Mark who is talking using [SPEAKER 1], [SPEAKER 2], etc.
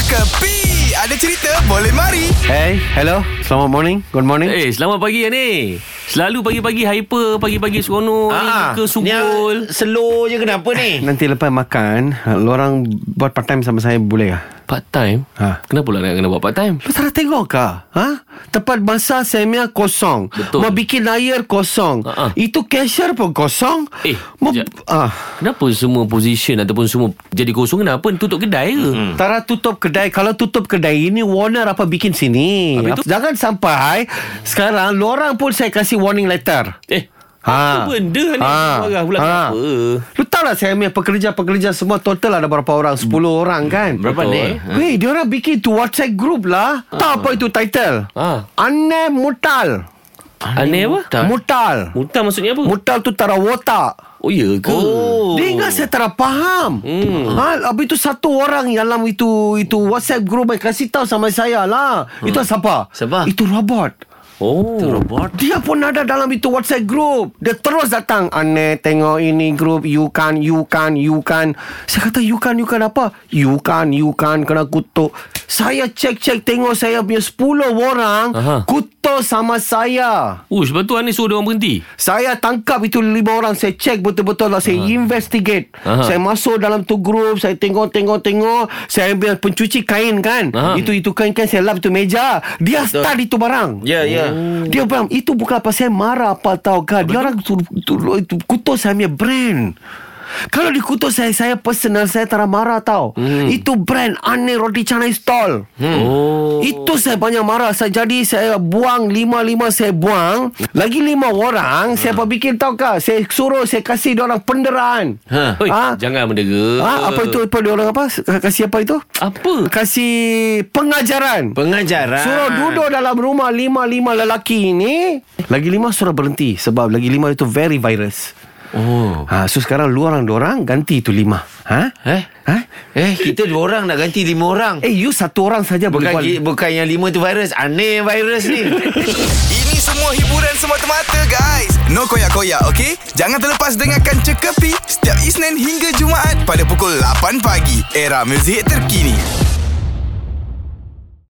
[SPEAKER 1] Kepi Ada cerita boleh mari
[SPEAKER 2] Hey, hello. Selamat morning. Good morning.
[SPEAKER 3] Eh, selamat pagi ya ni. Selalu pagi-pagi hyper, pagi-pagi seronok, ah, ke sukul.
[SPEAKER 4] Ni, slow je kenapa ni?
[SPEAKER 2] Nanti lepas makan, ha, lorang buat part time sama saya boleh kah?
[SPEAKER 3] Part time?
[SPEAKER 2] Ha.
[SPEAKER 3] Kenapa pula nak kena buat part time?
[SPEAKER 2] Lu salah tengok kah? Ha? Tempat masa semia kosong.
[SPEAKER 3] Betul.
[SPEAKER 2] Mau bikin layar kosong.
[SPEAKER 3] Ha-ha.
[SPEAKER 2] Itu cashier pun kosong.
[SPEAKER 3] Eh,
[SPEAKER 2] Mau,
[SPEAKER 3] sekejap.
[SPEAKER 2] ah.
[SPEAKER 3] Kenapa semua position ataupun semua jadi kosong kenapa? Tutup kedai ke? Hmm.
[SPEAKER 2] Tara tutup kedai Kalau tutup kedai ini Warner apa bikin sini
[SPEAKER 3] Habis tu?
[SPEAKER 2] Jangan sampai Sekarang Lorang pun saya kasih warning letter
[SPEAKER 3] Eh,
[SPEAKER 2] Ha.
[SPEAKER 4] Ah.
[SPEAKER 3] ha. apa benda ni?
[SPEAKER 2] Ha.
[SPEAKER 3] Ha. Marah pula
[SPEAKER 2] Ha.
[SPEAKER 3] ha. kenapa?
[SPEAKER 2] Lu tahu lah saya punya pekerja-pekerja semua total ada berapa orang? 10 orang kan?
[SPEAKER 4] Berapa
[SPEAKER 3] Betul.
[SPEAKER 4] ni?
[SPEAKER 2] Weh, dia orang bikin tu WhatsApp group lah. Tahu apa itu title?
[SPEAKER 3] Ha.
[SPEAKER 2] Aneh mutal.
[SPEAKER 4] Ah.
[SPEAKER 3] Aneh apa?
[SPEAKER 4] Tak.
[SPEAKER 2] Mutal.
[SPEAKER 3] Muta maksudnya apa?
[SPEAKER 2] Mutal tu tara watak.
[SPEAKER 3] oh, ya ke?
[SPEAKER 4] Oh.
[SPEAKER 2] Dia ingat saya tak faham. Hmm. Ha, habis tu satu orang yang dalam itu itu WhatsApp group yang kasih tahu sama saya lah. Itu siapa?
[SPEAKER 4] Siapa?
[SPEAKER 2] Itu robot.
[SPEAKER 3] Oh.
[SPEAKER 4] Robot.
[SPEAKER 2] Dia pun ada dalam itu WhatsApp group. Dia terus datang. Aneh tengok ini group. You can, you can, you can. Saya kata you can, you can apa? You can, you can. Kena kutuk. Saya cek-cek tengok saya punya 10 orang.
[SPEAKER 3] Aha.
[SPEAKER 2] Kutuk sama saya.
[SPEAKER 3] Oh, sebab tu Anis suruh dia orang berhenti.
[SPEAKER 2] Saya tangkap itu lima orang Saya cek betul-betul lah Saya investigate
[SPEAKER 3] Aha.
[SPEAKER 2] Saya masuk dalam tu grup Saya tengok-tengok-tengok Saya ambil pencuci kain kan
[SPEAKER 3] Aha.
[SPEAKER 2] Itu-itu kain-kain Saya lap itu meja Dia start itu barang
[SPEAKER 4] Ya, ya.
[SPEAKER 3] Oh.
[SPEAKER 2] dia faham Itu bukan pasal marah apa tau kan Dia orang tu, tu, tu, kutuk saya punya brand kalau dikutuk saya Saya personal Saya tak nak marah tau hmm. Itu brand Aneh roti canai stall hmm.
[SPEAKER 3] Oh.
[SPEAKER 2] Itu saya banyak marah saya, Jadi saya buang Lima-lima saya buang Lagi lima orang Saya apa bikin tau kah Saya suruh Saya kasih dia orang penderaan
[SPEAKER 4] Ha. Ah,
[SPEAKER 3] Oi,
[SPEAKER 2] Ha?
[SPEAKER 3] jangan mendera.
[SPEAKER 2] ha, Apa itu Apa dia orang apa Kasih apa itu
[SPEAKER 3] Apa?
[SPEAKER 2] Kasih Pengajaran
[SPEAKER 4] Pengajaran.
[SPEAKER 2] Suruh duduk dalam rumah lima-lima lelaki ini Lagi lima suruh berhenti Sebab lagi lima itu very virus
[SPEAKER 4] Oh.
[SPEAKER 2] ha, So sekarang lu orang dorang ganti itu lima ha?
[SPEAKER 4] Eh?
[SPEAKER 2] Ha?
[SPEAKER 4] Eh, kita dua orang nak ganti lima orang.
[SPEAKER 2] Eh you satu orang saja boleh
[SPEAKER 4] Bukan
[SPEAKER 2] buat
[SPEAKER 4] ki- bukan yang lima tu virus, aneh virus ni.
[SPEAKER 1] Ini semua hiburan semata-mata guys No koyak-koyak ok Jangan terlepas dengarkan Cekapi Setiap Isnin hingga Jumaat Pada pukul 8 pagi Era muzik terkini